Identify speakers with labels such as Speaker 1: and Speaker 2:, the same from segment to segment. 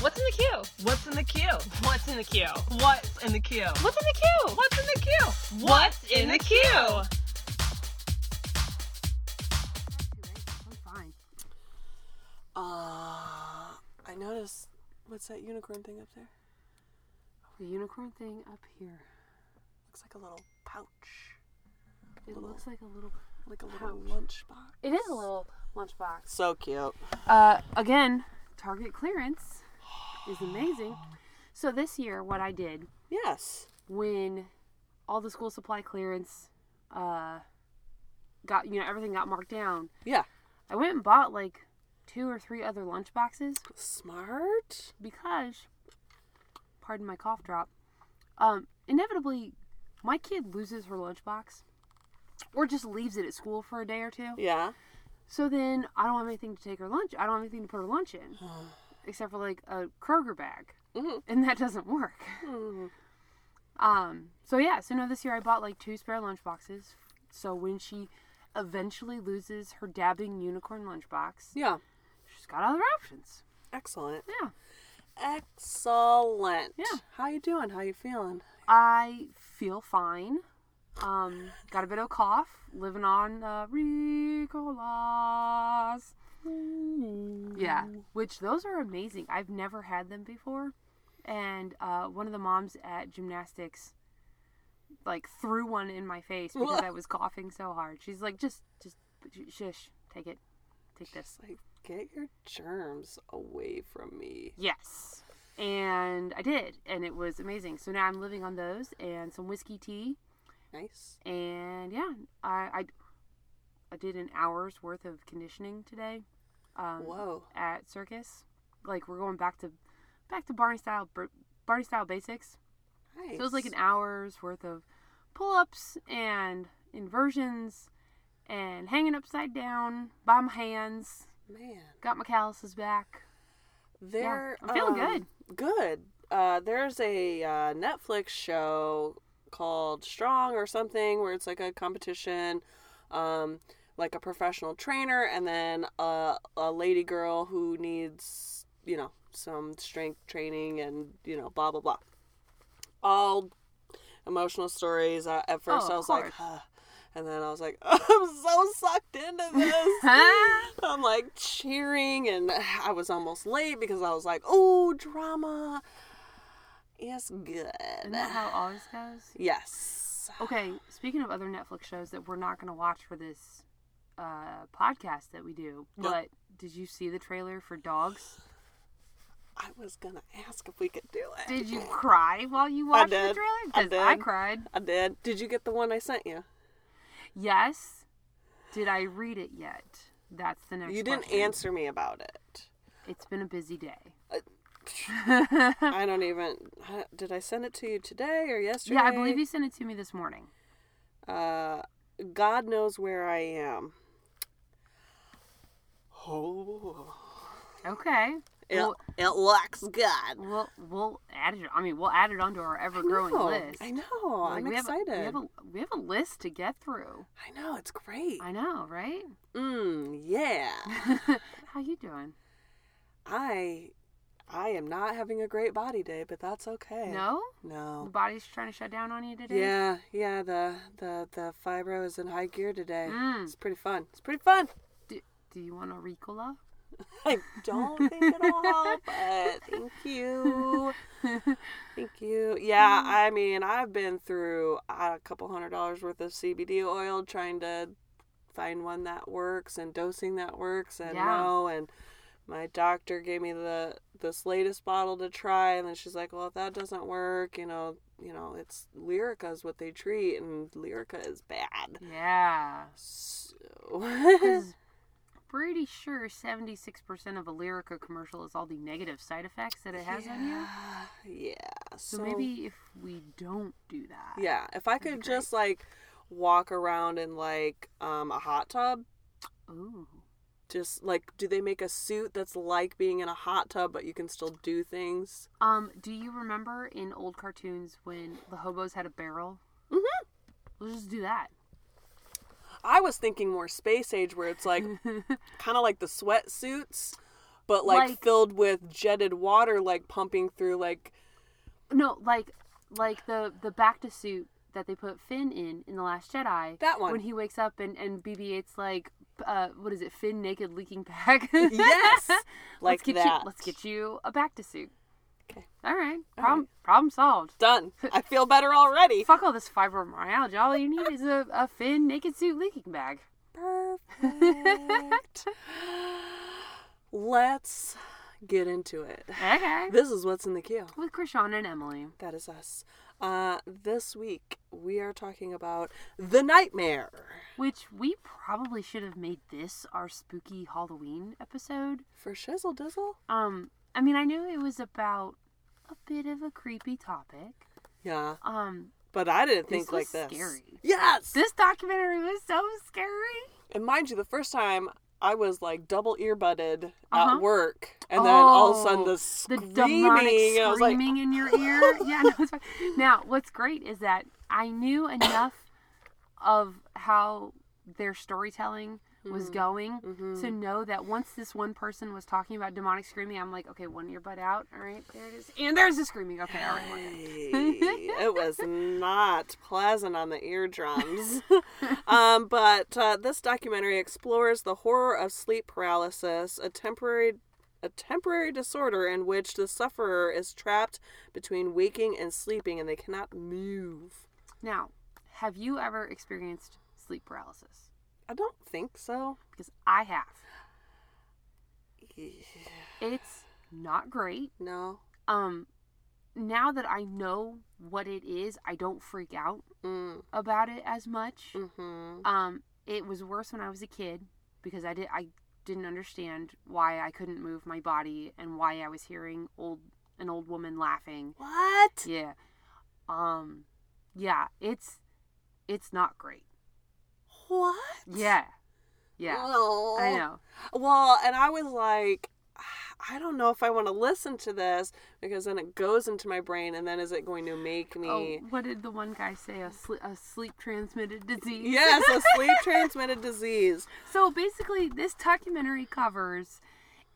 Speaker 1: What's in the queue?
Speaker 2: What's in the queue? What's in the queue? What's in the queue?
Speaker 1: What's in the queue?
Speaker 2: What's in the queue?
Speaker 1: What's in the queue?
Speaker 3: fine. Uh, I noticed. What's that unicorn thing up there?
Speaker 4: The unicorn thing up here.
Speaker 3: Looks like a little pouch,
Speaker 4: It looks like a little.
Speaker 3: like a little lunchbox.
Speaker 4: It is a little lunchbox.
Speaker 3: So cute.
Speaker 4: Uh, again, Target clearance is amazing. So this year, what I did
Speaker 3: Yes.
Speaker 4: when all the school supply clearance uh, got you know everything got marked down,
Speaker 3: Yeah.
Speaker 4: I went and bought like two or three other lunch boxes
Speaker 3: Smart.
Speaker 4: because, pardon my cough drop, um, inevitably my kid loses her lunchbox or just leaves it at school for a day or two.
Speaker 3: Yeah.
Speaker 4: So then I don't have anything to take her lunch. I don't have anything to put her lunch in, except for like a Kroger bag,
Speaker 3: Mhm.
Speaker 4: and that doesn't work. Um. So yeah. So no, this year I bought like two spare lunch boxes. So when she eventually loses her dabbing unicorn lunchbox,
Speaker 3: Yeah.
Speaker 4: she's got other options.
Speaker 3: Excellent.
Speaker 4: Yeah.
Speaker 3: Excellent.
Speaker 4: Yeah.
Speaker 3: How you doing? How you feeling?
Speaker 4: I feel fine. Um, got a bit of a cough, living on uh, Ricolas.
Speaker 3: Mm.
Speaker 4: Yeah, which those are amazing. I've never had them before. And uh, one of the moms at gymnastics like threw one in my face because I was coughing so hard. She's like, just, just, shush, take it, take this.
Speaker 3: It's like, get your germs away from me.
Speaker 4: Yes. And I did, and it was amazing. So now I'm living on those and some whiskey tea.
Speaker 3: Nice.
Speaker 4: and yeah, I, I I did an hour's worth of conditioning today um,
Speaker 3: Whoa.
Speaker 4: at circus. Like we're going back to back to Barney style br- Barney style basics.
Speaker 3: Nice.
Speaker 4: So it was like an hour's worth of pull ups and inversions and hanging upside down by my hands.
Speaker 3: man.
Speaker 4: Got my calluses back.
Speaker 3: There,
Speaker 4: I'm feeling
Speaker 3: um, Good. Uh, there's a uh, Netflix show called Strong or something where it's like a competition, um, like a professional trainer, and then a, a lady girl who needs, you know, some strength training and, you know, blah, blah, blah. All emotional stories. Uh, at first,
Speaker 4: Oh,
Speaker 3: I
Speaker 4: of
Speaker 3: was like,
Speaker 4: course.
Speaker 3: huh. and then I was like, I'm so sucked into this. I'm like cheering, and I was almost late because I was like, "Oh, drama is good."
Speaker 4: Isn't that how it always goes?
Speaker 3: Yes.
Speaker 4: Okay, speaking of other Netflix shows that we're not going to watch for this uh, podcast that we do, but did you see the trailer for Dogs?
Speaker 3: I was gonna ask if we could do it.
Speaker 4: Did you cry while you watched the
Speaker 3: did. I
Speaker 4: trailer? Because I,
Speaker 3: did.
Speaker 4: cried.
Speaker 3: I did. Did you get the one I sent you?
Speaker 4: Yes. Did I read it yet? That's the next.
Speaker 3: you didn't
Speaker 4: question.
Speaker 3: answer me about it.
Speaker 4: It's been a busy day.
Speaker 3: I don't even. I- Did I send it to you today or yesterday?
Speaker 4: Yeah, I believe you sent it to me this morning.
Speaker 3: Uh, God knows where I am. Oh,
Speaker 4: Okay.
Speaker 3: it,
Speaker 4: Well,
Speaker 3: it looks good.
Speaker 4: we'll we'll add it. I mean, we'll add it onto our ever growing
Speaker 3: No,
Speaker 4: list.
Speaker 3: Oh, I know.
Speaker 4: Like,
Speaker 3: I'm
Speaker 4: we
Speaker 3: excited.
Speaker 4: Have a, we have a we have a list to get through.
Speaker 3: I know it's great.
Speaker 4: I know, right?
Speaker 3: Mm, yeah.
Speaker 4: How you doing?
Speaker 3: I I am not having a great body day, but that's okay.
Speaker 4: No? The
Speaker 3: No.
Speaker 4: body's trying to shut down on you today?
Speaker 3: Yeah, yeah, the the the fibro is in high gear today.
Speaker 4: Mm.
Speaker 3: It's pretty fun. It's pretty fun.
Speaker 4: Do, do you want a Ricola?
Speaker 3: I don't think it'll help, but thank you. Thank you.
Speaker 4: Mm.
Speaker 3: Yeah, I mean, I've been through uh, a couple hundred dollars worth of CBD oil trying to find one that works and dosing that works and
Speaker 4: Yeah.
Speaker 3: no and my doctor gave me the this latest bottle to try and then she's like, "Well, if that doesn't work, you know, you know, it's Lyrica is what they treat and Lyrica is bad."
Speaker 4: Yeah.
Speaker 3: So
Speaker 4: 'Cause pretty sure 76% of a Lyrica commercial is all the negative side effects that it has on you.
Speaker 3: yeah.
Speaker 4: So, maybe if we don't do that.
Speaker 3: Yeah, if I
Speaker 4: That'd be
Speaker 3: could
Speaker 4: great.
Speaker 3: just like walk around in like um, a hot tub,
Speaker 4: Ooh.
Speaker 3: just like do they make a suit that's like being in a hot tub but you can still do things?
Speaker 4: Um, do you remember in old cartoons when the hobos had a barrel?
Speaker 3: Mhm.
Speaker 4: We'll just do that.
Speaker 3: I was thinking more space age where it's like kind of like the sweatsuits but like,
Speaker 4: Like-
Speaker 3: filled with jetted water, like pumping through, like
Speaker 4: No, like like the the Bacta suit that they put Finn in in the Last Jedi.
Speaker 3: That one.
Speaker 4: When he wakes up and and BB-8's like, uh, what is it? Finn naked leaking back.
Speaker 3: yes, like
Speaker 4: let's get
Speaker 3: that.
Speaker 4: You, let's get you a Bacta suit.
Speaker 3: Okay.
Speaker 4: All right. Problem problem solved.
Speaker 3: done. I feel better already.
Speaker 4: Fuck all this fibromyalgia. All you need is a, a Finn naked suit leaking bag.
Speaker 3: Perfect. Let's get into it.
Speaker 4: Okay.
Speaker 3: This is what's in the queue.
Speaker 4: With Krishan and Emily.
Speaker 3: That is us. Uh, this week we are talking about the nightmare.
Speaker 4: Which we probably should have made this our spooky Halloween episode.
Speaker 3: For Shizzle Dizzle?
Speaker 4: Um, I mean, I knew it was about a bit of a creepy topic.
Speaker 3: Yeah.
Speaker 4: Um,
Speaker 3: But I didn't
Speaker 4: This
Speaker 3: think like
Speaker 4: was
Speaker 3: this.
Speaker 4: scary.
Speaker 3: Yes.
Speaker 4: this documentary was so scary.
Speaker 3: and mind you, the first time I was like double earbudded
Speaker 4: Uh-huh.
Speaker 3: at work, and then all of a sudden
Speaker 4: Oh,
Speaker 3: the
Speaker 4: The
Speaker 3: screaming.
Speaker 4: demonic
Speaker 3: and I was like,
Speaker 4: screaming in your ear. Yeah, no, it's fine. Now, what's great is that I knew enough of how their storytelling
Speaker 3: Mm-hmm.
Speaker 4: was going to know that once this one person was talking about demonic screaming, I'm like, okay, one earbud out. All right, there it is. And there's the screaming. Okay, all right. we're good.
Speaker 3: it was not pleasant on the eardrums. um, but uh, this documentary explores the horror of sleep paralysis, a temporary a temporary disorder in which the sufferer is trapped between waking and sleeping and they cannot move.
Speaker 4: Now, have you ever experienced sleep paralysis?
Speaker 3: I don't think so.
Speaker 4: Because I have. It's not great.
Speaker 3: No.
Speaker 4: Um now that I know what it is, I don't freak out
Speaker 3: Mm.
Speaker 4: about it as much.
Speaker 3: Mhm.
Speaker 4: Um it was worse when I was a kid because I did I didn't understand why I couldn't move my body and why I was hearing old an old woman laughing.
Speaker 3: What?
Speaker 4: Yeah. Um yeah, it's it's not great.
Speaker 3: What?
Speaker 4: Yeah. Yeah.
Speaker 3: Oh.
Speaker 4: I know.
Speaker 3: Well, and I was like, I don't know if I want to listen to this because then it goes into my brain, and then is it going to make me?
Speaker 4: Oh, what did the one guy say? A, sl- a sleep transmitted disease.
Speaker 3: Yes, a sleep transmitted disease.
Speaker 4: So basically, this documentary covers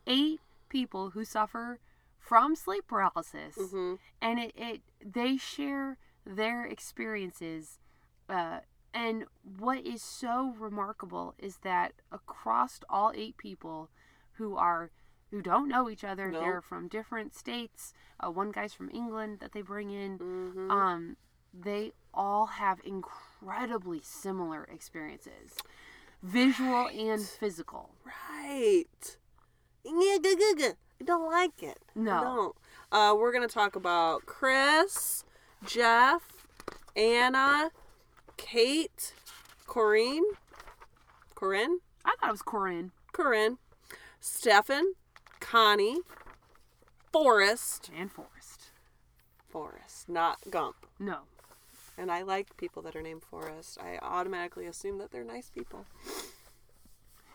Speaker 4: eight people who suffer from sleep paralysis,
Speaker 3: Mhm.
Speaker 4: and it, it they share their experiences. Uh, and what is so remarkable is that across all eight people who are who don't know each other,
Speaker 3: No.
Speaker 4: they're from different states. Uh, one guy's from England that they bring in.
Speaker 3: Mhm.
Speaker 4: Um, they all have incredibly similar experiences, visual and physical.
Speaker 3: Right. Yeah, good, good, good. I don't like it. I
Speaker 4: No.
Speaker 3: don't. Uh, we're gonna talk about Chris, Jeff, Anna, Kate, Corinne, Corinne,
Speaker 4: I thought it was Corinne.
Speaker 3: Corinne, Stefan, Connie, Forrest,
Speaker 4: and Forrest.
Speaker 3: Forrest, not Gump.
Speaker 4: No.
Speaker 3: And I like people that are named Forrest. I automatically assume that they're nice people.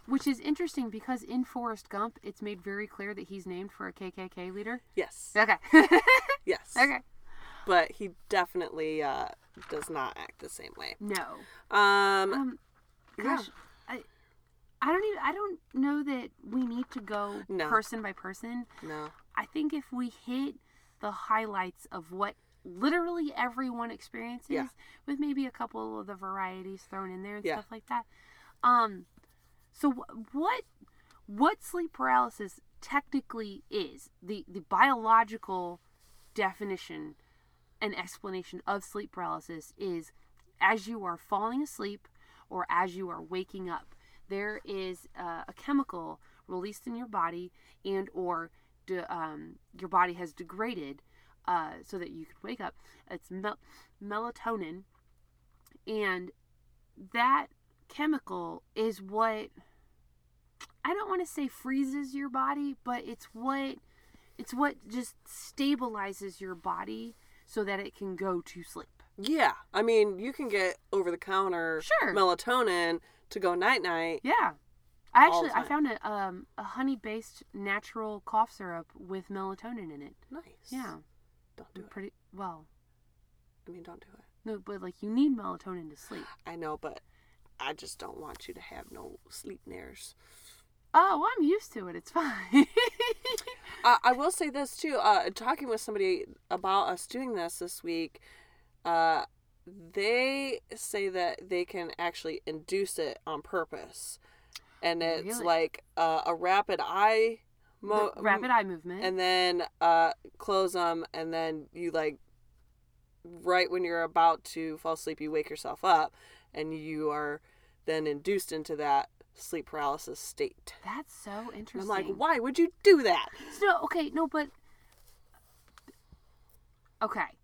Speaker 4: Which is interesting because in Forrest Gump, it's made very clear that he's named for a KKK leader.
Speaker 3: Yes.
Speaker 4: Okay.
Speaker 3: Yes.
Speaker 4: okay.
Speaker 3: But he definitely uh, does not act the same way.
Speaker 4: No.
Speaker 3: Um,
Speaker 4: Um, gosh, I, I don't even. I don't know that we need to go
Speaker 3: No.
Speaker 4: person by person.
Speaker 3: no.
Speaker 4: I think if we hit the highlights of what literally everyone experiences,
Speaker 3: Yeah.
Speaker 4: with maybe a couple of the varieties thrown in there and
Speaker 3: Yeah.
Speaker 4: stuff like that. Um, so wh- what what sleep paralysis technically is the the biological definition and explanation of sleep paralysis is as you are falling asleep or as you are waking up there is uh, a chemical released in your body and or de- um, your body has degraded uh, so that you could wake up it's mel- melatonin and that chemical is what i don't want to say freezes your body but it's what it's what just stabilizes your body so that it can go to sleep
Speaker 3: Yeah. I mean, you can get over the counter
Speaker 4: Sure.
Speaker 3: melatonin to go night night.
Speaker 4: yeah i
Speaker 3: All
Speaker 4: actually
Speaker 3: the
Speaker 4: i
Speaker 3: time.
Speaker 4: found a, um, a honey based natural cough syrup with melatonin in it
Speaker 3: Nice.
Speaker 4: yeah
Speaker 3: Don't do it.
Speaker 4: pretty well
Speaker 3: I mean, don't do it.
Speaker 4: no but like you need melatonin to sleep
Speaker 3: I know, but I just don't want you to have no sleep nares.
Speaker 4: oh i'm used to it it's fine
Speaker 3: uh, I will say this too. Uh, talking with somebody about us doing this this week, uh, they say that they can actually induce it on purpose, and it's
Speaker 4: Really?
Speaker 3: like uh, a rapid eye, mo-
Speaker 4: The rapid eye movement.
Speaker 3: and then uh, close them, and then you like right when you're about to fall asleep, you wake yourself up, and you are then induced into that sleep paralysis state.
Speaker 4: That's so
Speaker 3: And I'm
Speaker 4: interesting.
Speaker 3: like, why would you do that?
Speaker 4: No, okay, no, but okay.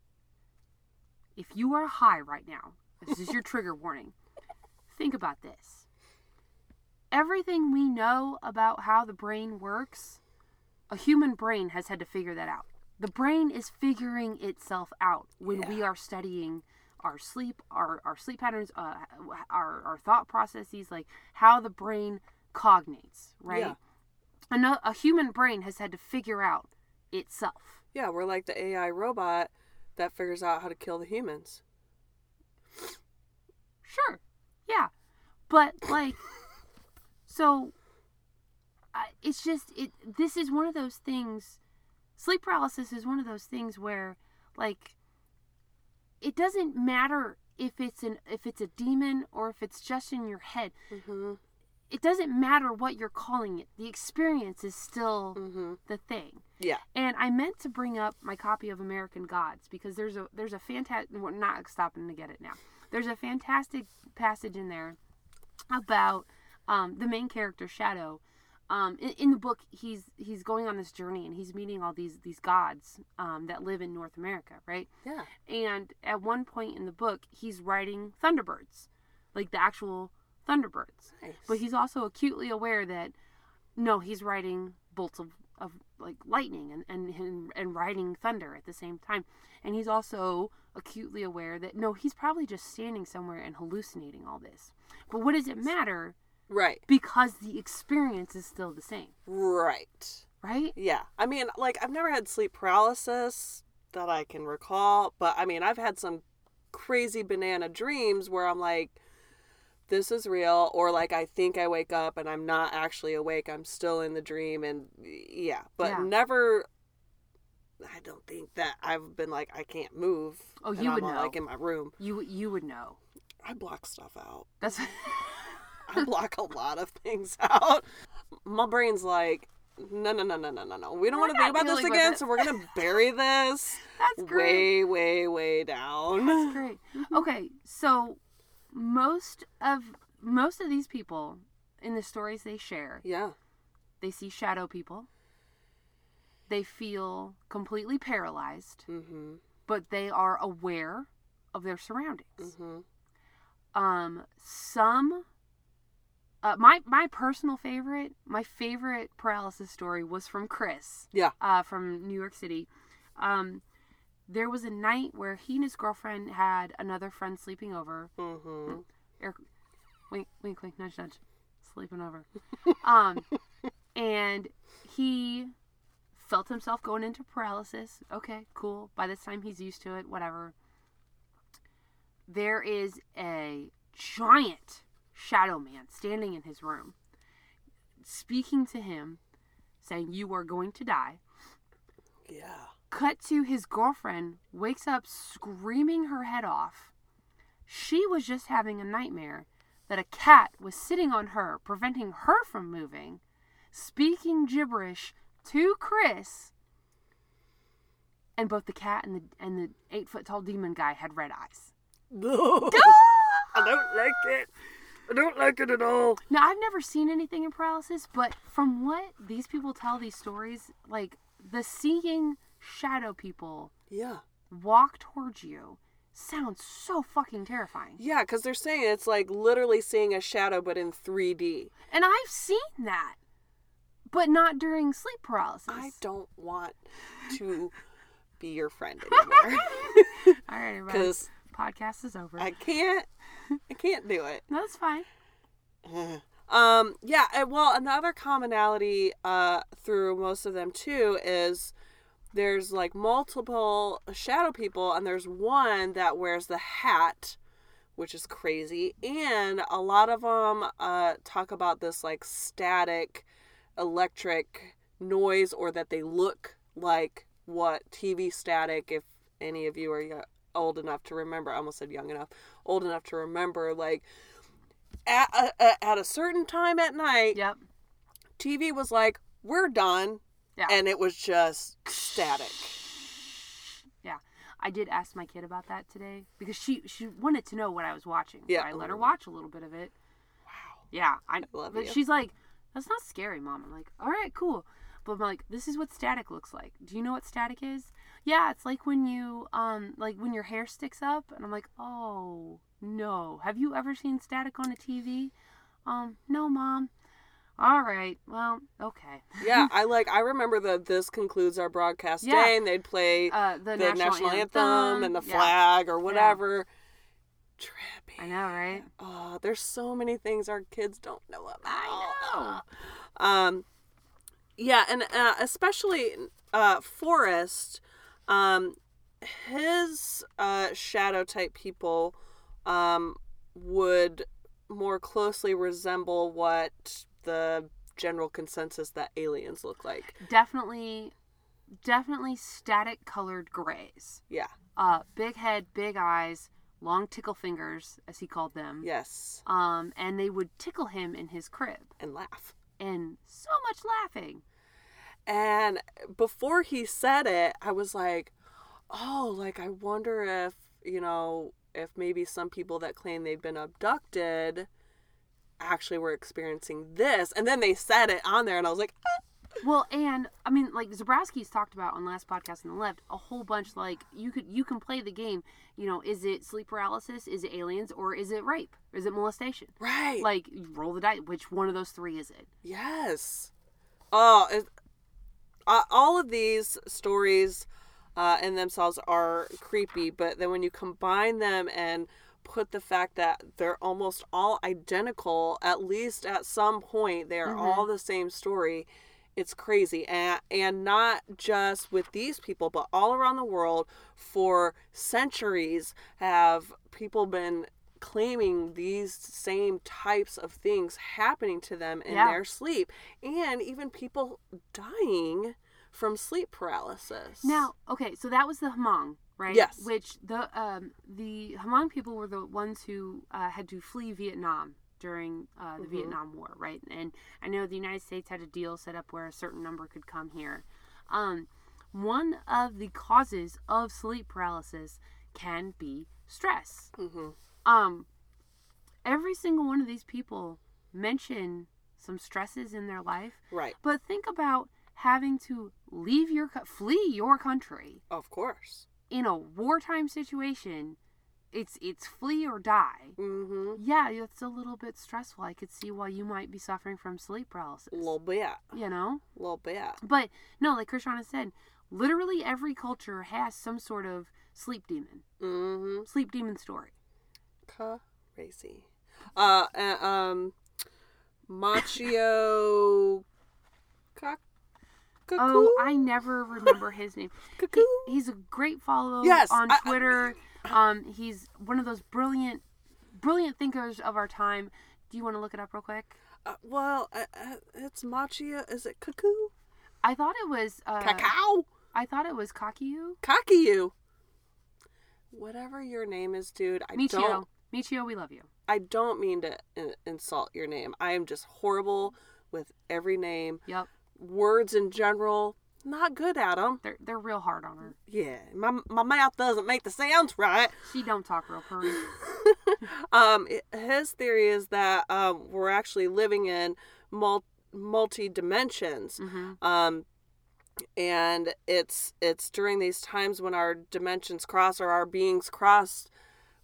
Speaker 4: If you are high right now, this is your trigger warning. Think about this. Everything we know about how the brain works, a human brain has had to figure that out. The brain is figuring itself out when we are studying our sleep, our, our sleep patterns, uh, our, our thought processes, like how the brain cognates, right?
Speaker 3: Yeah.
Speaker 4: ano- a human brain has had to figure out itself.
Speaker 3: Yeah, we're like the AI robot that figures out how to kill the humans.
Speaker 4: Sure. Yeah. But like so I it's just it this is one of those things sleep paralysis is one of those things where like it doesn't matter if it's an if it's a demon or if it's just in your head.
Speaker 3: Mhm.
Speaker 4: It doesn't matter what you're calling it. The experience is still
Speaker 3: Mhm.
Speaker 4: the thing.
Speaker 3: Yeah.
Speaker 4: And I meant to bring up my copy of American Gods because there's a there's a fantastic we're not stopping to get it now. There's a fantastic passage in there about um, the main character Shadow. Um, in, in the book, he's he's going on this journey and he's meeting all these these gods um, that live in North America, right?
Speaker 3: Yeah.
Speaker 4: And at one point in the book, he's riding Thunderbirds, like the actual Thunderbirds.
Speaker 3: Nice.
Speaker 4: But he's also acutely aware that no, he's riding bolts of, of like lightning and, and and and riding thunder at the same time. And he's also acutely aware that no, he's probably just standing somewhere and hallucinating all this. But what does it matter?
Speaker 3: Right.
Speaker 4: Because the experience is still the same,
Speaker 3: Right.
Speaker 4: right?
Speaker 3: Yeah. I mean, like I've never had sleep paralysis that I can recall, but I mean, I've had some crazy banana dreams where I'm like this is real or like I think I wake up and I'm not actually awake. I'm still in the dream and yeah, but
Speaker 4: Yeah.
Speaker 3: never I don't think that I've been like I can't move.
Speaker 4: Oh,
Speaker 3: and
Speaker 4: you
Speaker 3: I'm
Speaker 4: would
Speaker 3: all,
Speaker 4: know.
Speaker 3: like in my room.
Speaker 4: You you would know.
Speaker 3: I block stuff out.
Speaker 4: That's
Speaker 3: I block a lot of things out. My brain's like, no, no, no, no, no, no, no. We don't
Speaker 4: We're
Speaker 3: want to think
Speaker 4: not
Speaker 3: about this
Speaker 4: dealing with
Speaker 3: again,
Speaker 4: it."
Speaker 3: so we're gonna bury this
Speaker 4: that's great.
Speaker 3: way, way, way down.
Speaker 4: That's great. Okay, so most of most of these people in the stories they share,
Speaker 3: Yeah,
Speaker 4: they see shadow people. They feel completely paralyzed,
Speaker 3: mm-hmm.
Speaker 4: but they are aware of their surroundings.
Speaker 3: Mm-hmm.
Speaker 4: Um, some uh, my my personal favorite, my favorite paralysis story was from Chris
Speaker 3: yeah.
Speaker 4: uh, from New York City. Um, there was a night where he and his girlfriend had another friend sleeping over.
Speaker 3: Mm-hmm.
Speaker 4: Air, wink, wink, wink, nudge, nudge, sleeping over. Um, and he felt himself going into paralysis. Okay, cool. By this time, he's used to it. Whatever. There is a giant shadow man standing in his room, speaking to him, saying, "You are going to die."
Speaker 3: Yeah.
Speaker 4: Cut to his girlfriend wakes up screaming her head off. She was just having a nightmare that a cat was sitting on her, preventing her from moving, speaking gibberish to Chris. And both the cat and the and the eight foot tall demon guy had red eyes.
Speaker 3: No. I don't like it. I don't like it at all.
Speaker 4: Now I've never seen anything in paralysis, but from what these people tell these stories, like the seeing shadow people
Speaker 3: Yeah.
Speaker 4: walk towards you sounds so fucking terrifying.
Speaker 3: Yeah, because they're saying it's like literally seeing a shadow, but in 3D.
Speaker 4: And I've seen that, but not during sleep paralysis.
Speaker 3: I don't want to be your friend anymore
Speaker 4: All right, everybody.
Speaker 3: because
Speaker 4: Podcast is over.
Speaker 3: I can't. I can't do it.
Speaker 4: No, that's fine.
Speaker 3: Um, yeah, and well, another commonality uh, through most of them too is there's like multiple shadow people, and there's one that wears the hat, which is crazy. And a lot of them uh, talk about this like static electric noise or that they look like what TV static, if any of you are yo- old enough to remember, I almost said young enough, old enough to remember, like at a, a, at a certain time at night,
Speaker 4: Yep.
Speaker 3: TV was like, we're done.
Speaker 4: Yeah.
Speaker 3: And it was just static.
Speaker 4: Yeah. I did ask my kid about that today because she she wanted to know what I was watching. so
Speaker 3: Yeah. Mm.
Speaker 4: I let her watch a little bit of it. Wow. Yeah. I,
Speaker 3: love
Speaker 4: but
Speaker 3: you.
Speaker 4: she's like, That's not scary, mom. I'm like, All right, cool. But I'm like, this is what static looks like. Do you know what static is? Yeah, it's like when you um like when your hair sticks up and I'm like, Oh no. Have you ever seen static on a TV? Um, no, mom. All right. Well, okay.
Speaker 3: Yeah, I like. I remember the "This concludes our broadcast
Speaker 4: Yeah.
Speaker 3: day," and they'd play
Speaker 4: Uh, the,
Speaker 3: the national, anthem, and the
Speaker 4: yeah.
Speaker 3: flag or whatever. Trippy.
Speaker 4: I know, right?
Speaker 3: Oh, there's so many things our kids don't know about.
Speaker 4: I
Speaker 3: know. Um, yeah, and uh, especially uh, Forrest, um, his uh, shadow type people um, would more closely resemble what the general consensus that aliens look like.
Speaker 4: Definitely, definitely static colored grays.
Speaker 3: Yeah.
Speaker 4: Uh, big head, big eyes, long tickle fingers, as he called them.
Speaker 3: Yes.
Speaker 4: Um, and they would tickle him in his crib,
Speaker 3: And laugh.
Speaker 4: and so much laughing.
Speaker 3: And before he said it, I was like, oh, like, I wonder if, you know, if maybe some people that claim they've been abducted actually were experiencing this. And then they said it on there, and I was like, ah.
Speaker 4: Well, and I mean, like Zabrowski's talked about on last podcast on the left, a whole bunch. Like you could you can play the game. You know, is it sleep paralysis? Is it aliens? Or is it rape? Is it molestation?
Speaker 3: right. Like,
Speaker 4: Like you roll the dice. Which one of those three is it?
Speaker 3: yes. Oh, it, uh, all of these stories uh, in themselves are creepy, but then when you combine them and put the fact that they're almost all identical, at least at some point, they're all the same story. It's crazy. And, and not just with these people, but all around the world for centuries have people been claiming these same types of things happening to them in
Speaker 4: Yeah.
Speaker 3: their sleep and even people dying from sleep paralysis.
Speaker 4: Now, okay, so that was the Hmong, right?
Speaker 3: Yes.
Speaker 4: Which the um, the Hmong people were the ones who uh, had to flee Vietnam during uh, the Vietnam War, right? And I know the United States had a deal set up where a certain number could come here. Um, one of the causes of sleep paralysis can be stress.
Speaker 3: hmm
Speaker 4: Um, every single one of these people mention some stresses in their life,
Speaker 3: right,
Speaker 4: but think about having to leave your co- flee your country
Speaker 3: of course.
Speaker 4: in a wartime situation. It's it's flee or die.
Speaker 3: Mm-hmm.
Speaker 4: Yeah, it's a little bit stressful. I could see why you might be suffering from sleep paralysis.
Speaker 3: A little bit,
Speaker 4: You know,
Speaker 3: a little bit.
Speaker 4: but no, like Krishana said, literally every culture has some sort of sleep demon,
Speaker 3: Mm-hmm.
Speaker 4: sleep demon story.
Speaker 3: Crazy. Uh, uh, um, Machio. Cock- Cuckoo?
Speaker 4: Oh, I never remember his name. He-
Speaker 3: Cuckoo?
Speaker 4: he's a great follow
Speaker 3: Yes,
Speaker 4: on
Speaker 3: I- I-
Speaker 4: Twitter. um, he's one of those brilliant, brilliant thinkers of our time. Do you want to look it up real quick?
Speaker 3: Uh, well, uh, uh, it's Machio. Is it cuckoo?
Speaker 4: I thought it was. Uh,
Speaker 3: Cacao?
Speaker 4: I thought it was Kakiu.
Speaker 3: Cocky you. Whatever your name is, dude, I don't
Speaker 4: Michio. Michio, we love you.
Speaker 3: I don't mean to in- insult your name. I am just horrible with every name.
Speaker 4: Yep,
Speaker 3: Words in general, not good at them.
Speaker 4: they're they're real hard on her.
Speaker 3: Yeah, my, my mouth doesn't make the sounds right.
Speaker 4: She don't talk real purry.
Speaker 3: Um, i- his theory is that um, we're actually living in mul- multi dimensions.
Speaker 4: Mhm.
Speaker 3: Um, and it's it's during these times when our dimensions cross or our beings cross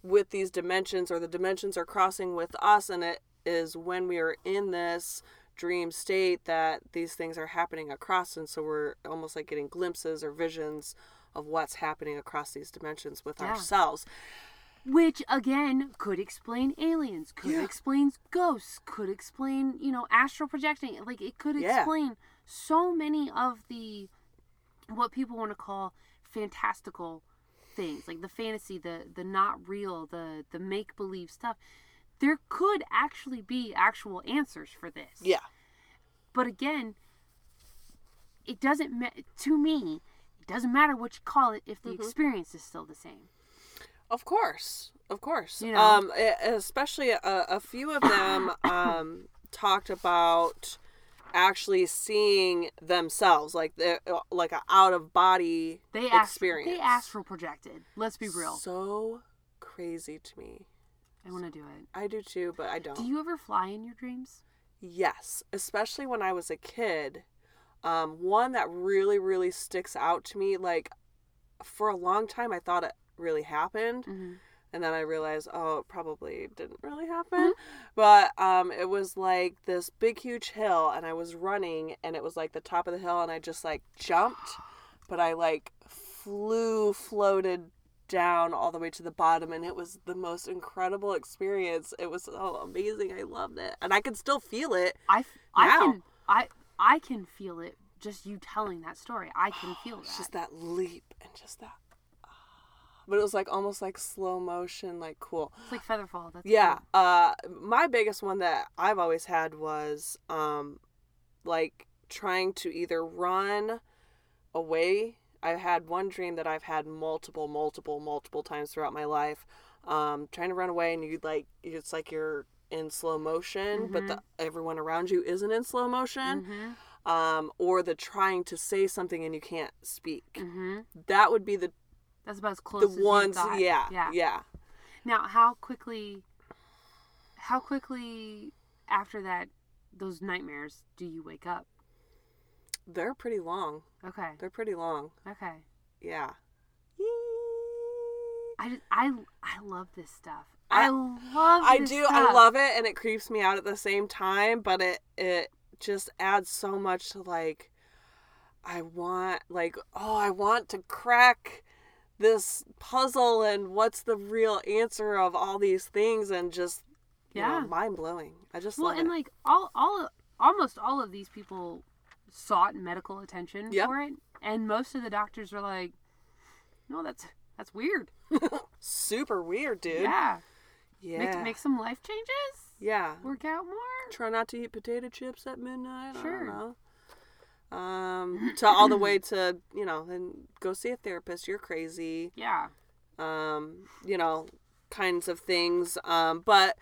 Speaker 3: with these dimensions or the dimensions are crossing with us and it is when we are in this dream state that these things are happening across and so we're almost like getting glimpses or visions of what's happening across these dimensions with
Speaker 4: Yeah.
Speaker 3: ourselves.
Speaker 4: Which again could explain aliens, could
Speaker 3: Yeah.
Speaker 4: explain ghosts, could explain, you know, astral projecting. Like it could
Speaker 3: Yeah.
Speaker 4: explain so many of the what people want to call fantastical things, like the fantasy, the the not real, the the make believe stuff. There could actually be actual answers for this.
Speaker 3: Yeah.
Speaker 4: But again, it doesn't ma- to me it doesn't matter what you call it if the
Speaker 3: Mm-hmm.
Speaker 4: experience is still the same
Speaker 3: Of course, of course.
Speaker 4: You know?
Speaker 3: Um, e- especially a, a few of them um, talked about actually seeing themselves, like the like a out of body
Speaker 4: they asked
Speaker 3: experience.
Speaker 4: they astral projected let's be real
Speaker 3: So crazy to me.
Speaker 4: i want to do it
Speaker 3: I do too, but I don't.
Speaker 4: do you ever fly in your dreams
Speaker 3: Yes, especially when I was a kid. Um, one that really, really sticks out to me, like for a long time, I thought it really happened. And then I realized, oh, it probably didn't really happen. But um, it was like this big, huge hill, and I was running, and it was like the top of the hill, and I just like jumped, but I like flew, floated down all the way to the bottom, and it was the most incredible experience. It was so amazing. I loved it. And I could still feel it.
Speaker 4: i f- i
Speaker 3: Now.
Speaker 4: can i i can feel it just you telling that story i can feel that
Speaker 3: It's just that leap and just that. ah. But it was like almost like slow motion, like cool.
Speaker 4: it's like featherfall that's
Speaker 3: Yeah.
Speaker 4: cool.
Speaker 3: Uh, my biggest one that I've always had was um, like trying to either run away. I had one dream that I've had multiple, multiple, multiple times throughout my life. Um, trying to run away, and you like it's like you're in slow motion, but the, everyone around you isn't in slow motion.
Speaker 4: Mm-hmm,
Speaker 3: Um, or the trying to say something and you can't speak.
Speaker 4: Mm.
Speaker 3: That would be the
Speaker 4: mm-hmm. that's about as close
Speaker 3: the
Speaker 4: as you
Speaker 3: ones.
Speaker 4: thought.
Speaker 3: Yeah,
Speaker 4: yeah
Speaker 3: yeah.
Speaker 4: Now, how quickly, how quickly after that, those nightmares do you wake up?
Speaker 3: They're pretty long.
Speaker 4: Okay,
Speaker 3: They're pretty long.
Speaker 4: okay.
Speaker 3: Yeah.
Speaker 4: I just, I I love this stuff.
Speaker 3: I-
Speaker 4: I, love.
Speaker 3: I
Speaker 4: this
Speaker 3: do. I
Speaker 4: stuff.
Speaker 3: love it, and it creeps me out at the same time. But it it just adds so much to like. I want like oh I want to crack this puzzle and what's the real answer of all these things and just you
Speaker 4: Yeah.
Speaker 3: know, mind blowing. I just
Speaker 4: Well,
Speaker 3: love
Speaker 4: and
Speaker 3: it.
Speaker 4: like all all almost all of these people sought medical attention
Speaker 3: Yep.
Speaker 4: for it, and most of the doctors were like, "No, that's that's weird.
Speaker 3: Super weird, dude.
Speaker 4: Yeah,
Speaker 3: Yeah.
Speaker 4: Make, make some life changes.
Speaker 3: yeah.
Speaker 4: Work out more.
Speaker 3: try not to eat potato chips at midnight. Sure.
Speaker 4: Sure.
Speaker 3: Um, to all the way to you know, and go see a therapist. You're crazy.
Speaker 4: Yeah,
Speaker 3: Um, you know, kinds of things. Um, but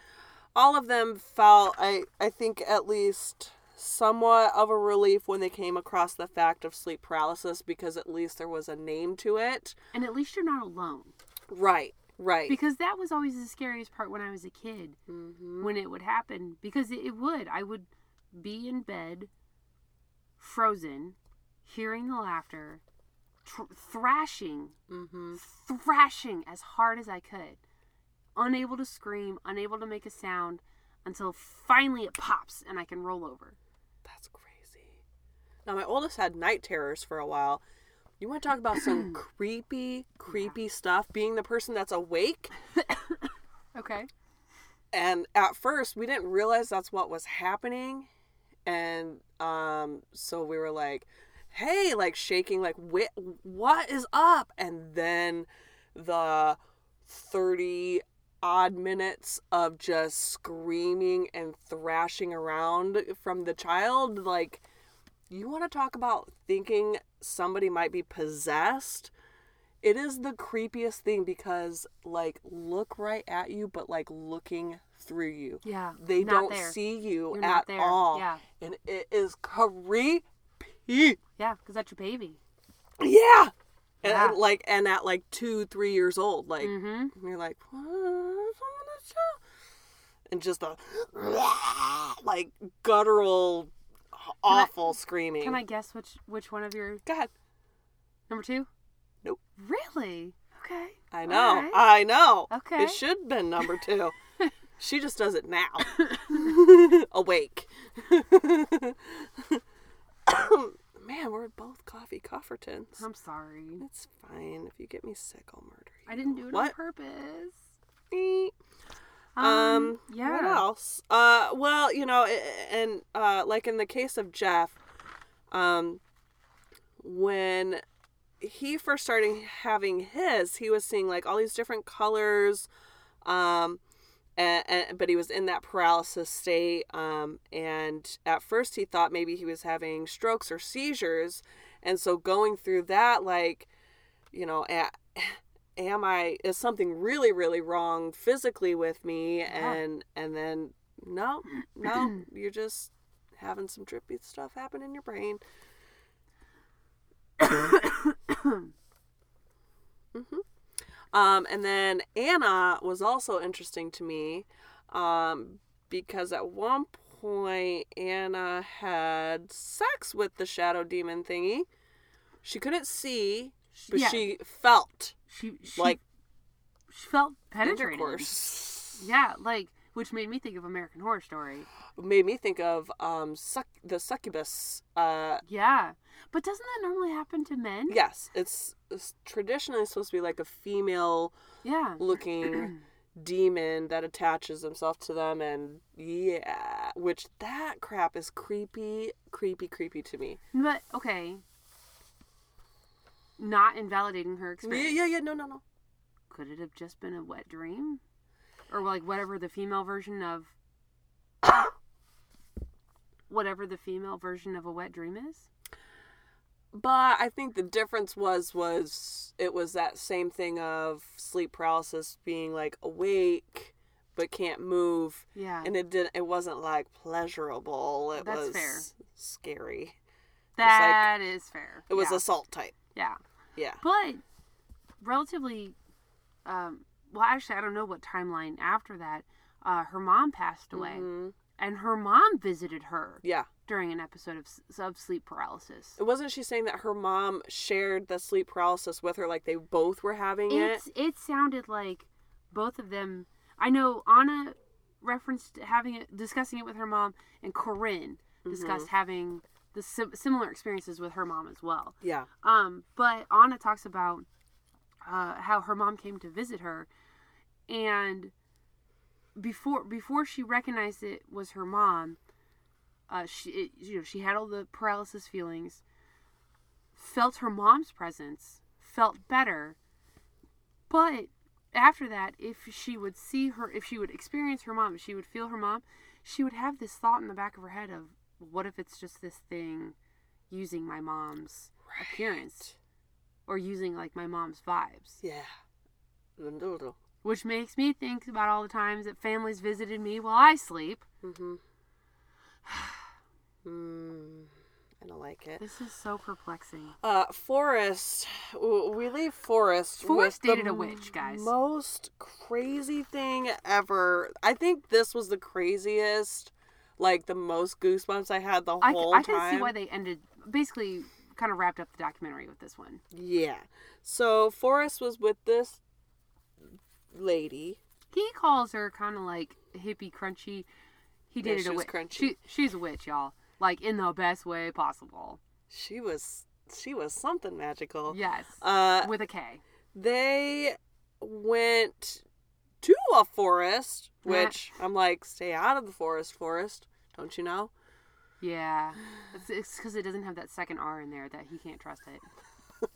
Speaker 3: all of them felt I I think at least somewhat of a relief when they came across the fact of sleep paralysis because at least there was a name to it.
Speaker 4: and at least you're not alone."
Speaker 3: Right. Right.
Speaker 4: because that was always the scariest part when I was a kid
Speaker 3: Mm-hmm.
Speaker 4: when it would happen because it, it would I would be in bed frozen hearing the laughter tr- thrashing
Speaker 3: Mm-hmm.
Speaker 4: thrashing as hard as I could unable to scream unable to make a sound until finally it pops and I can roll over
Speaker 3: That's crazy. Now, my oldest had night terrors for a while. You want to talk about some creepy, creepy stuff? Being the person that's awake.
Speaker 4: okay
Speaker 3: And at first, we didn't realize that's what was happening. And um, so we were like, hey, like shaking, like, wh- what is up? And then the 30 odd minutes of just screaming and thrashing around from the child, like, you want to talk about thinking somebody might be possessed? It is the creepiest thing because, like, look right at you, but like looking through you.
Speaker 4: yeah
Speaker 3: They
Speaker 4: not
Speaker 3: don't
Speaker 4: there.
Speaker 3: see you
Speaker 4: You're not
Speaker 3: at
Speaker 4: there.
Speaker 3: all.
Speaker 4: Yeah.
Speaker 3: And it is creepy.
Speaker 4: yeah because that's your baby
Speaker 3: Yeah. And
Speaker 4: Yeah.
Speaker 3: like, and at like two, three years old, like,
Speaker 4: mm-hmm
Speaker 3: and you're like, "What? I don't wanna show." And just a like guttural, awful screaming.
Speaker 4: can I guess which which one of your
Speaker 3: God,
Speaker 4: number two
Speaker 3: Nope.
Speaker 4: really okay
Speaker 3: I
Speaker 4: All
Speaker 3: know,
Speaker 4: right.
Speaker 3: I know.
Speaker 4: Okay.
Speaker 3: it should have been number two. she just does it now. Awake. Man, we're both coffee coffertons.
Speaker 4: I'm sorry.
Speaker 3: It's fine. If you get me sick, I'll murder you.
Speaker 4: I didn't do it on
Speaker 3: What?
Speaker 4: purpose.
Speaker 3: Beep.
Speaker 4: Um,
Speaker 3: Um,
Speaker 4: yeah.
Speaker 3: What else? Uh, well, you know, a- and uh, like in the case of Jeff, um, when he first started having his, he was seeing like all these different colors, um, and, and but he was in that paralysis state um, and at first he thought maybe he was having strokes or seizures and so going through that like you know a- am i is something really really wrong physically with me
Speaker 4: Yeah.
Speaker 3: and and then no no you're just having some trippy stuff happen in your brain Mm-hmm. Um, and then Anna was also interesting to me um, because at one point Anna had sex with the shadow demon thingy. She couldn't see, but
Speaker 4: yeah.
Speaker 3: she felt
Speaker 4: she, she
Speaker 3: like
Speaker 4: she felt penetrated.
Speaker 3: intercourse.
Speaker 4: Yeah, like which made me think of American Horror Story.
Speaker 3: Made me think of um, suc- the succubus. Uh,
Speaker 4: Yeah, but doesn't that normally happen to men?
Speaker 3: yes, it's, it's traditionally supposed to be like a female
Speaker 4: Yeah.
Speaker 3: looking demon that attaches himself to them and yeah which that crap is creepy creepy creepy to me
Speaker 4: But okay. Not invalidating her
Speaker 3: yeah
Speaker 4: experience.
Speaker 3: yeah yeah no no no
Speaker 4: Could it have just been a wet dream? Or like whatever the female version of whatever the female version of a wet dream is?
Speaker 3: but i think the difference was was it was that same thing of sleep paralysis being like awake but can't move
Speaker 4: Yeah.
Speaker 3: and it didn't it wasn't like pleasurable it
Speaker 4: That's
Speaker 3: was
Speaker 4: fair.
Speaker 3: scary
Speaker 4: that is fair.
Speaker 3: it was
Speaker 4: yeah.
Speaker 3: assault type
Speaker 4: yeah.
Speaker 3: yeah
Speaker 4: But relatively um well actually I don't know what timeline after that. Uh, her mom passed away
Speaker 3: Mhm.
Speaker 4: and her mom visited her
Speaker 3: yeah
Speaker 4: during an episode of, s- of sleep paralysis.
Speaker 3: Wasn't she saying that her mom shared the sleep paralysis with her, like they both were having it?
Speaker 4: It's, it sounded like both of them. I know Anna referenced having it, discussing it with her mom, and Corinne discussed having the sim- similar experiences with her mom as well.
Speaker 3: Yeah.
Speaker 4: Um, but Anna talks about uh, how her mom came to visit her, and before before she recognized it was her mom, uh, she it, you know she had all the paralysis feelings, felt her mom's presence, felt better, but after that, if she would see her, if she would experience her mom, if she would feel her mom, she would have this thought in the back of her head of what if it's just this thing using my mom's appearance or using like my mom's vibes
Speaker 3: Yeah. Mm-hmm.
Speaker 4: which makes me think about all the times that families visited me while i sleep
Speaker 3: Mm, I don't like it.
Speaker 4: this is so perplexing
Speaker 3: Uh, Forrest. w- We leave Forrest.
Speaker 4: Forrest
Speaker 3: with the
Speaker 4: dated a witch, guys.
Speaker 3: Most crazy thing ever. I think this was the craziest, like the most goosebumps I had the
Speaker 4: i, c-
Speaker 3: whole
Speaker 4: I
Speaker 3: time.
Speaker 4: can see why they ended basically kind of wrapped up the documentary with this one
Speaker 3: Yeah. So Forrest was with this lady.
Speaker 4: he calls her kind of like hippie crunchy he
Speaker 3: Yeah,
Speaker 4: dated
Speaker 3: she
Speaker 4: a
Speaker 3: was
Speaker 4: witch
Speaker 3: crunchy.
Speaker 4: She, she's a witch y'all like in the best way possible
Speaker 3: She was. She was something magical.
Speaker 4: yes
Speaker 3: Uh,
Speaker 4: with a k
Speaker 3: they went to a forest,
Speaker 4: Yeah.
Speaker 3: which I'm like, stay out of the forest, forest. Don't you know?
Speaker 4: yeah it's because it doesn't have that second r in there that he can't trust it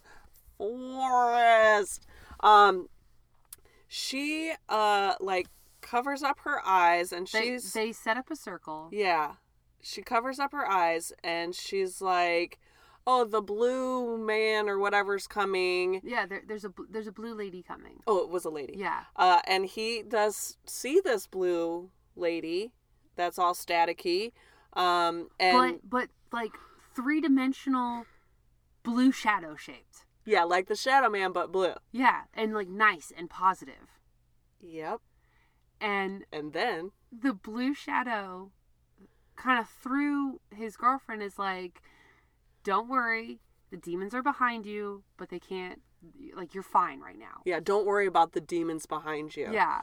Speaker 3: Forest. Um, she uh like covers up her eyes and
Speaker 4: they,
Speaker 3: she's
Speaker 4: they set up a circle
Speaker 3: yeah, she covers up her eyes and she's like, oh, the blue man or whatever's coming.
Speaker 4: Yeah, there, there's a bl- there's a blue lady coming.
Speaker 3: Oh, it was a lady.
Speaker 4: Yeah,
Speaker 3: Uh, and he does see this blue lady that's all staticky. Um, and
Speaker 4: but but like three dimensional, blue shadow shaped.
Speaker 3: yeah, like the Shadow Man, but blue.
Speaker 4: Yeah, and like nice and positive.
Speaker 3: Yep.
Speaker 4: And
Speaker 3: And then,
Speaker 4: the blue shadow, kind of through his girlfriend is like, "Don't worry, the demons are behind you, but they can't. Like you're fine right now."
Speaker 3: yeah, don't worry about the demons behind you.
Speaker 4: Yeah.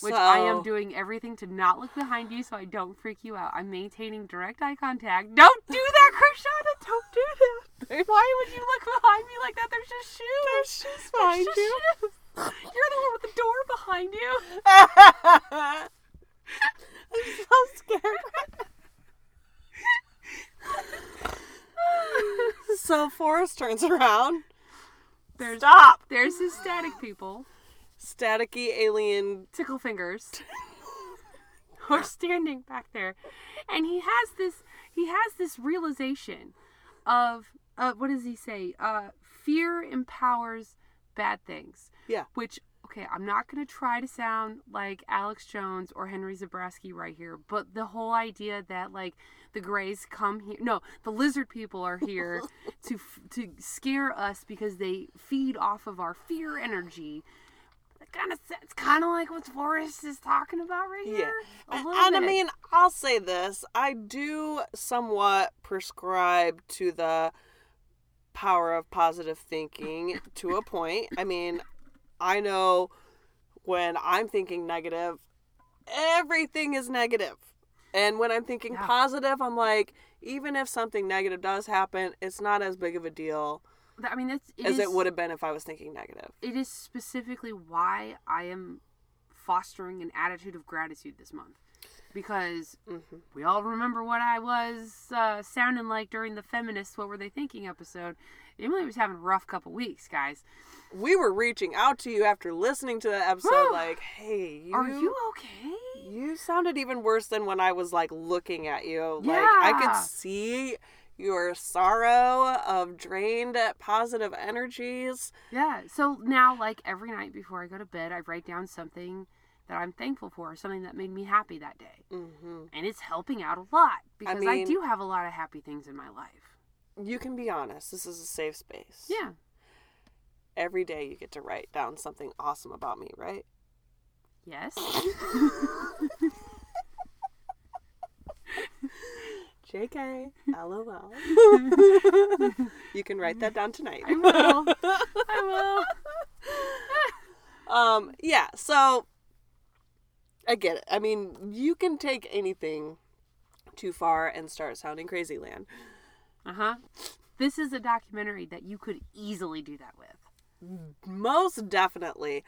Speaker 4: Which I
Speaker 3: So-
Speaker 4: am doing everything to not look behind you so I don't freak you out. I'm maintaining direct eye contact. Don't do that, Krishana! Don't do that! Why would you look behind me like that? There's just shoes! There's shoes
Speaker 3: behind you.
Speaker 4: shoes. You're the one with the door behind you!
Speaker 3: I'm so scared. so Forrest turns around.
Speaker 4: There's,
Speaker 3: Stop!
Speaker 4: there's his static people.
Speaker 3: Staticky alien
Speaker 4: Tickle fingers. are standing back there, and he has this he has this realization of uh, what does he say? Uh, fear empowers bad things.
Speaker 3: Yeah.
Speaker 4: Which okay, I'm not gonna try to sound like Alex Jones or Henry Zabrowski right here, but the whole idea that like the Greys come here, no, the lizard people are here to f- to scare us because they feed off of our fear energy. Kind of, it's kind of like what Forrest is talking about right
Speaker 3: Yeah.
Speaker 4: here. A
Speaker 3: And,
Speaker 4: little
Speaker 3: and I
Speaker 4: bit.
Speaker 3: mean, I'll say this: I do somewhat prescribe to the power of positive thinking to a point. I mean, I know when I'm thinking negative, everything is negative. And when I'm thinking
Speaker 4: Yeah.
Speaker 3: positive, I'm like, even if something negative does happen, it's not as big of a deal
Speaker 4: Th- I mean, that's it
Speaker 3: as it
Speaker 4: is-
Speaker 3: would have been if I was thinking negative.
Speaker 4: It is specifically why I am fostering an attitude of gratitude this month, because
Speaker 3: Mhm.
Speaker 4: we all remember what I was uh, sounding like during the feminists. What were they thinking episode? Emily was having a rough couple weeks, guys.
Speaker 3: We were reaching out to you after listening to that episode,
Speaker 4: Whew.
Speaker 3: like, hey,
Speaker 4: Are you okay?
Speaker 3: You sounded even worse than when I was like looking at you. Like I
Speaker 4: Yeah.
Speaker 3: could see your sorrow of drained positive energies.
Speaker 4: Yeah. So now, like every night before I go to bed, I write down something that I'm thankful for, something that made me happy that day.
Speaker 3: hmm
Speaker 4: And it's helping out a lot because I,
Speaker 3: mean-
Speaker 4: do have a lot of happy things in my life.
Speaker 3: You can be honest. This is a safe space.
Speaker 4: Yeah.
Speaker 3: Every day you get to write down something awesome about me, right?
Speaker 4: Yes.
Speaker 3: JK, LOL. you can write that down tonight.
Speaker 4: I will. I
Speaker 3: Um, yeah, so I get it. I mean, you can take anything too far and start sounding crazy land.
Speaker 4: will. Uh huh. This is a documentary that you could easily do that with.
Speaker 3: Most definitely.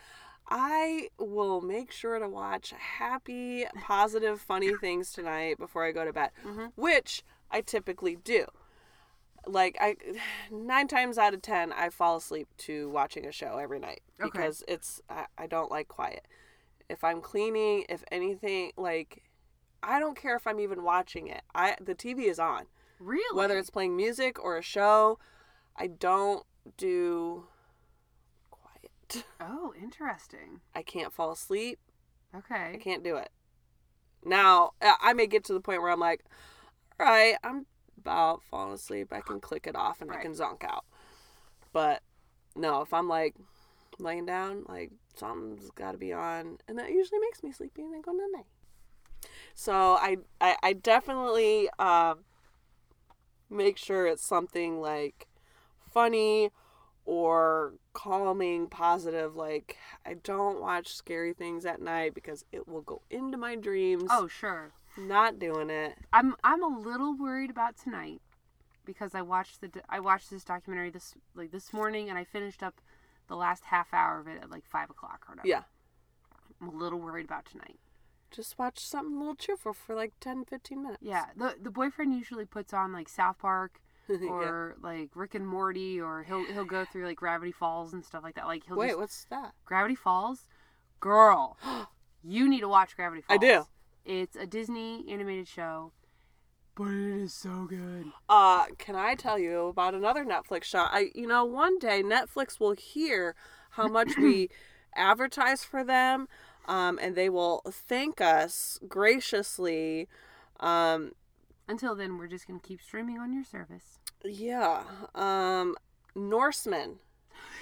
Speaker 3: I will make sure to watch happy, positive, funny things tonight before I go to bed, which I typically do. Like I 9 times out of 10 I fall asleep to watching a show every night
Speaker 4: Okay.
Speaker 3: because it's I, I don't like quiet. If I'm cleaning, if anything like I don't care if I'm even watching it. I the TV is on
Speaker 4: Really?
Speaker 3: whether it's playing music or a show i don't do quiet
Speaker 4: Oh, interesting.
Speaker 3: i can't fall asleep i
Speaker 4: Okay.
Speaker 3: can't do it now I I may get to the point where i'm like all right i'm about falling asleep i can click it off and i
Speaker 4: Right.
Speaker 3: can zonk out but no if i'm like laying down like something's got to be on and that usually makes me sleepy and then go to night so i i, I definitely um make sure it's something like funny or calming, positive. Like, I don't watch scary things at night because it will go into my dreams.
Speaker 4: Oh, sure.
Speaker 3: not doing it.
Speaker 4: I'm I'm a little worried about tonight because I watched the d- I watched this documentary this like this morning and I finished up the last half hour of it at like five o'clock or whatever.
Speaker 3: Yeah.
Speaker 4: I'm a little worried about tonight.
Speaker 3: Just watch something a little cheerful for like 10, 15 minutes.
Speaker 4: Yeah, the the boyfriend usually puts on like South Park
Speaker 3: Yeah.
Speaker 4: or like Rick and Morty or he'll he'll go through like Gravity Falls and stuff like that. Like he'll
Speaker 3: Wait,
Speaker 4: just
Speaker 3: what's that?
Speaker 4: Gravity Falls, girl, you need to watch Gravity
Speaker 3: I
Speaker 4: Falls.
Speaker 3: do.
Speaker 4: It's a Disney animated show, but it is so good.
Speaker 3: Uh, can I tell you about another Netflix show? I, you know, one day Netflix will hear how much we advertise for them, um, and they will thank us graciously. Um,
Speaker 4: Until then, we're just gonna keep streaming on your service.
Speaker 3: yeah. Um, Norseman.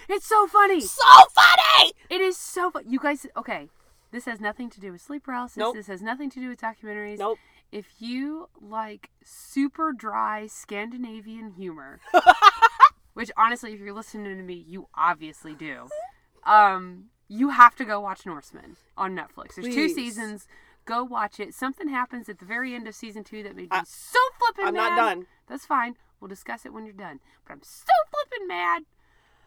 Speaker 4: It's so funny.
Speaker 3: So funny.
Speaker 4: It is so fun. You guys, okay. This has nothing to do with sleep paralysis.
Speaker 3: Nope.
Speaker 4: This has nothing to do with documentaries.
Speaker 3: Nope.
Speaker 4: If you like super dry Scandinavian humor, which honestly, if you're listening to me, you obviously do. Um, you have to go watch Norseman on Netflix. There's two
Speaker 3: Please.
Speaker 4: seasons. Go watch it. Something happens at the very end of season two that made me
Speaker 3: I-
Speaker 4: so flippin'
Speaker 3: I'm
Speaker 4: mad.
Speaker 3: not done.
Speaker 4: That's fine. We'll discuss it when you're done. But I'm so flippin' mad.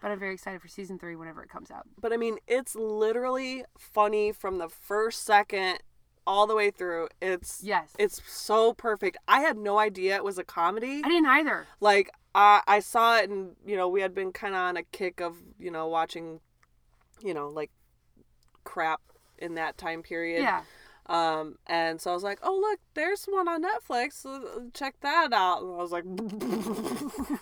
Speaker 4: But I'm very excited for season three whenever it comes out.
Speaker 3: But I mean, it's literally funny from the first second all the way through. It's
Speaker 4: Yes.
Speaker 3: It's so perfect. I had no idea it was a comedy.
Speaker 4: I didn't either.
Speaker 3: like I I saw it and you know we had been kind of on a kick of you know watching you know like crap in that time period
Speaker 4: Yeah.
Speaker 3: Um, and so I was like, oh, look, there's one on Netflix. Uh, Check that out. And I was like,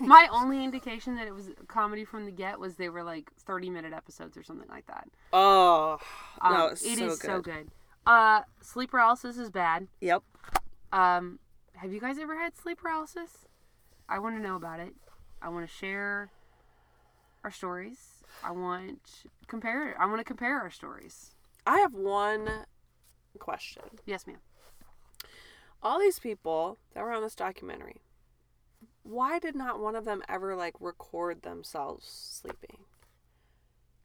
Speaker 4: My only indication that it was a comedy from the get was they were like 30 minute episodes or something like that.
Speaker 3: oh,
Speaker 4: Um,
Speaker 3: no, it's
Speaker 4: it
Speaker 3: so
Speaker 4: is
Speaker 3: good.
Speaker 4: so good. Uh, sleep paralysis is bad.
Speaker 3: Yep.
Speaker 4: Um, have you guys ever had sleep paralysis? I want to know about it. I want to share our stories. I want compare. I want to compare our stories.
Speaker 3: I have one question.
Speaker 4: Yes, ma'am.
Speaker 3: All these people that were on this documentary, why did not one of them ever like record themselves sleeping?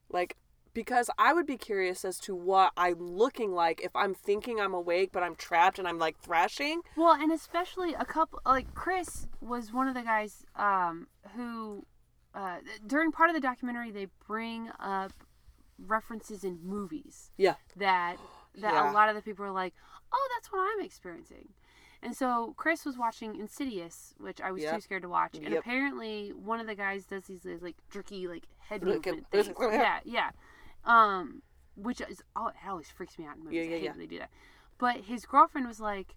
Speaker 3: Like, because I would be curious as to what I'm looking like if I'm thinking I'm awake, but I'm trapped and I'm like thrashing.
Speaker 4: Well, and especially a couple like Chris was one of the guys um, who uh, during part of the documentary they bring up references in movies
Speaker 3: Yeah.
Speaker 4: that that a
Speaker 3: Yeah.
Speaker 4: lot of the people are like, "Oh, that's what I'm experiencing." And so Chris was watching Insidious, which I was too
Speaker 3: Yep.
Speaker 4: scared to watch. And
Speaker 3: Yep.
Speaker 4: apparently, one of the guys does these like jerky, like head
Speaker 3: Look at-
Speaker 4: movement things. Yeah, yeah. Um, which is oh, it always freaks me out in movies.
Speaker 3: Yeah, yeah,
Speaker 4: I hate
Speaker 3: yeah.
Speaker 4: when they do that. But his girlfriend was like,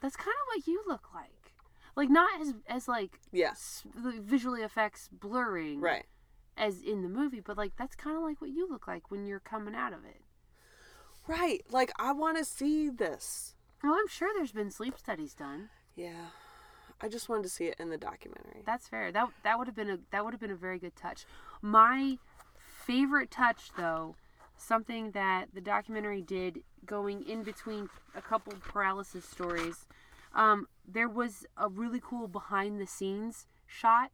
Speaker 4: "That's kind of what you look like." Like not as as like
Speaker 3: Yes.
Speaker 4: s- the visually affects blurring
Speaker 3: Right.
Speaker 4: as in the movie, but like that's kind of like what you look like when you're coming out of it.
Speaker 3: Right. Like, I want to see this.
Speaker 4: Well, Oh, I'm sure there's been sleep studies done.
Speaker 3: Yeah. I just wanted to see it in the documentary.
Speaker 4: That's fair. That that would have been a that would have been a very good touch. My favorite touch though, something that the documentary did going in between a couple paralysis stories, um, there was a really cool behind the scenes shot.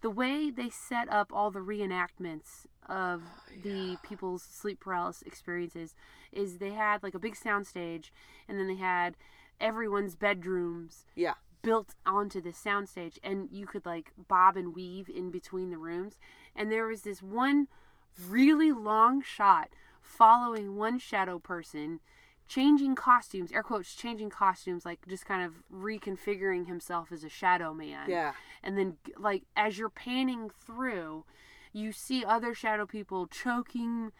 Speaker 4: The way they set up all the reenactments of the people's sleep paralysis experiences is they had like a big soundstage and then they had everyone's bedrooms
Speaker 3: yeah.
Speaker 4: built onto the soundstage and you could like bob and weave in between the rooms and there was this one really long shot following one shadow person changing costumes air quotes changing costumes like just kind of reconfiguring himself as a shadow man
Speaker 3: Yeah.
Speaker 4: and then like as you're panning through you see other shadow people choking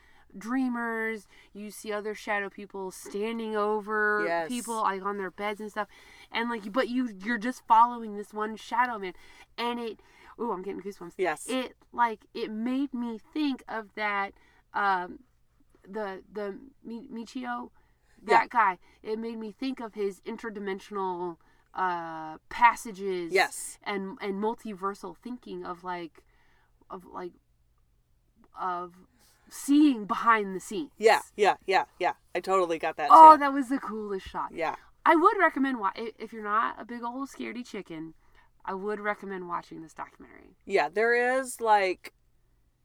Speaker 4: dreamers you see other shadow people standing over
Speaker 3: Yes.
Speaker 4: people like on their beds and stuff and like but you you're just following this one shadow man and it oh i'm getting goosebumps
Speaker 3: Yes.
Speaker 4: it like it made me think of that um the the Mi- michio that
Speaker 3: Yeah.
Speaker 4: guy it made me think of his interdimensional uh passages
Speaker 3: Yes.
Speaker 4: and and multiversal thinking of like of like of seeing behind the scenes
Speaker 3: Yeah. Yeah. Yeah. Yeah. I totally got that.
Speaker 4: oh
Speaker 3: too.
Speaker 4: that was the coolest shot
Speaker 3: Yeah.
Speaker 4: i would recommend wa- i- if you're not a big old scaredy chicken i would recommend watching this documentary
Speaker 3: Yeah, there is like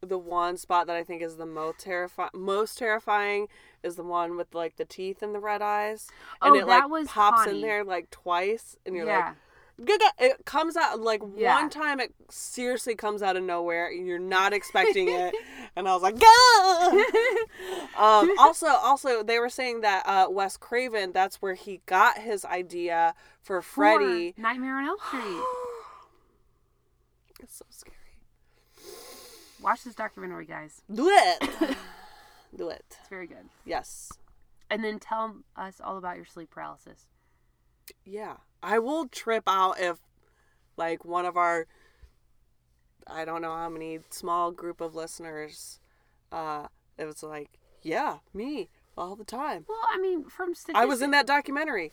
Speaker 3: the one spot that I think is the most terrifying. Most terrifying is the one with like the teeth and the red eyes, and
Speaker 4: Oh,
Speaker 3: it
Speaker 4: that
Speaker 3: like
Speaker 4: was
Speaker 3: pops in
Speaker 4: Connie.
Speaker 3: there like twice, and you're
Speaker 4: yeah
Speaker 3: like, "Gaga!" It comes out like
Speaker 4: Yeah.
Speaker 3: one time. It seriously comes out of nowhere, and you're not expecting it. and I was like, "Gah!" um, also, also they were saying that uh, Wes Craven. That's where he got his idea for Freddy.
Speaker 4: Or nightmare on elm street
Speaker 3: It's so scary.
Speaker 4: watch this documentary guys
Speaker 3: Do it. Do it.
Speaker 4: it's very good
Speaker 3: Yes.
Speaker 4: and then tell us all about your sleep paralysis
Speaker 3: Yeah. I will trip out if like one of our I don't know how many small group of listeners uh it was like, yeah, me all the time.
Speaker 4: well i mean from statistics
Speaker 3: I was in that documentary.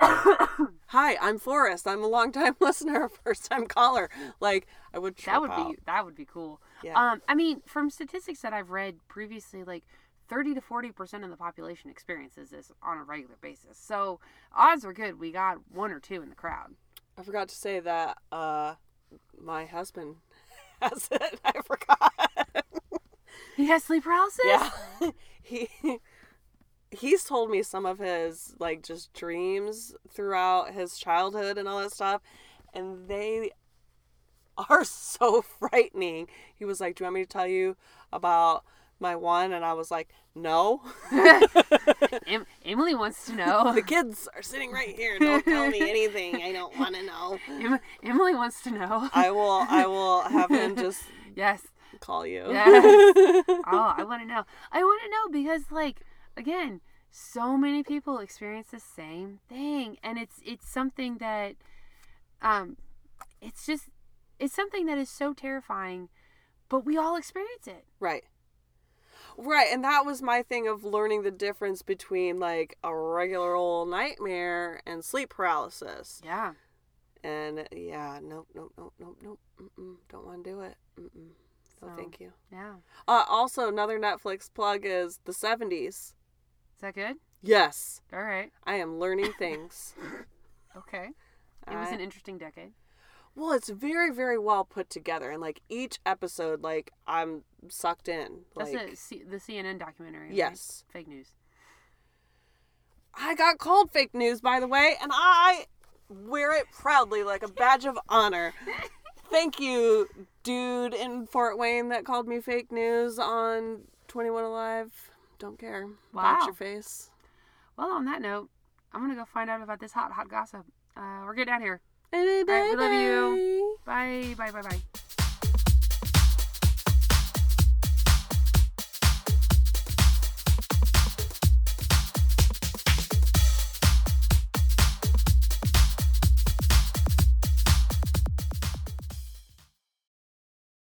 Speaker 3: Hi, I'm Forrest. I'm a longtime listener, first time caller. Like I would trip
Speaker 4: that would
Speaker 3: out.
Speaker 4: be that would be cool.
Speaker 3: Yeah.
Speaker 4: Um, I mean, from statistics that I've read previously, like thirty to forty percent of the population experiences this on a regular basis. So odds are good we got one or two in the crowd.
Speaker 3: I forgot to say that uh my husband has it. I forgot.
Speaker 4: He has sleep paralysis.
Speaker 3: Yeah. he he's told me some of his like just dreams throughout his childhood and all that stuff and they are so frightening. He was like, "Do you want me to tell you about my one?" and I was like, "No.
Speaker 4: Em- Emily wants to know.
Speaker 3: The kids are sitting right here. Don't tell me anything. I don't want to know."
Speaker 4: Em- Emily wants to know.
Speaker 3: I will I will have him just
Speaker 4: yes.
Speaker 3: call you.
Speaker 4: Yes. oh, I want to know. I want to know because, like, again, so many people experience the same thing, and it's it's something that, um, it's just it's something that is so terrifying, but we all experience it.
Speaker 3: Right. Right, and that was my thing of learning the difference between like a regular old nightmare and sleep paralysis.
Speaker 4: Yeah.
Speaker 3: And yeah, nope, nope, nope, nope, nope. Mm-mm, don't want to do it. Mm-mm. No,
Speaker 4: So-
Speaker 3: thank you.
Speaker 4: Yeah.
Speaker 3: Uh, also, another Netflix plug is the 70s.
Speaker 4: Is that good?
Speaker 3: Yes,
Speaker 4: All right.
Speaker 3: I am learning things.
Speaker 4: Okay. It was
Speaker 3: I-
Speaker 4: an interesting decade.
Speaker 3: Well, it's very, very well put together, and like each episode, like I'm sucked in.
Speaker 4: That's
Speaker 3: Like,
Speaker 4: the C- the CNN documentary. right?
Speaker 3: Yes.
Speaker 4: Fake news.
Speaker 3: I got called fake news, by the way, and I wear it proudly like a badge of honor. Thank you, dude in Fort Wayne that called me fake news on 21 Alive. Don't care. Bounce
Speaker 4: Wow.
Speaker 3: your face.
Speaker 4: Well, on that note, I'm gonna go find out about this hot hot gossip. Uh, we're getting out of here.
Speaker 3: Hey,
Speaker 4: All right, we love you. Bye
Speaker 3: baby.
Speaker 4: bye bye bye.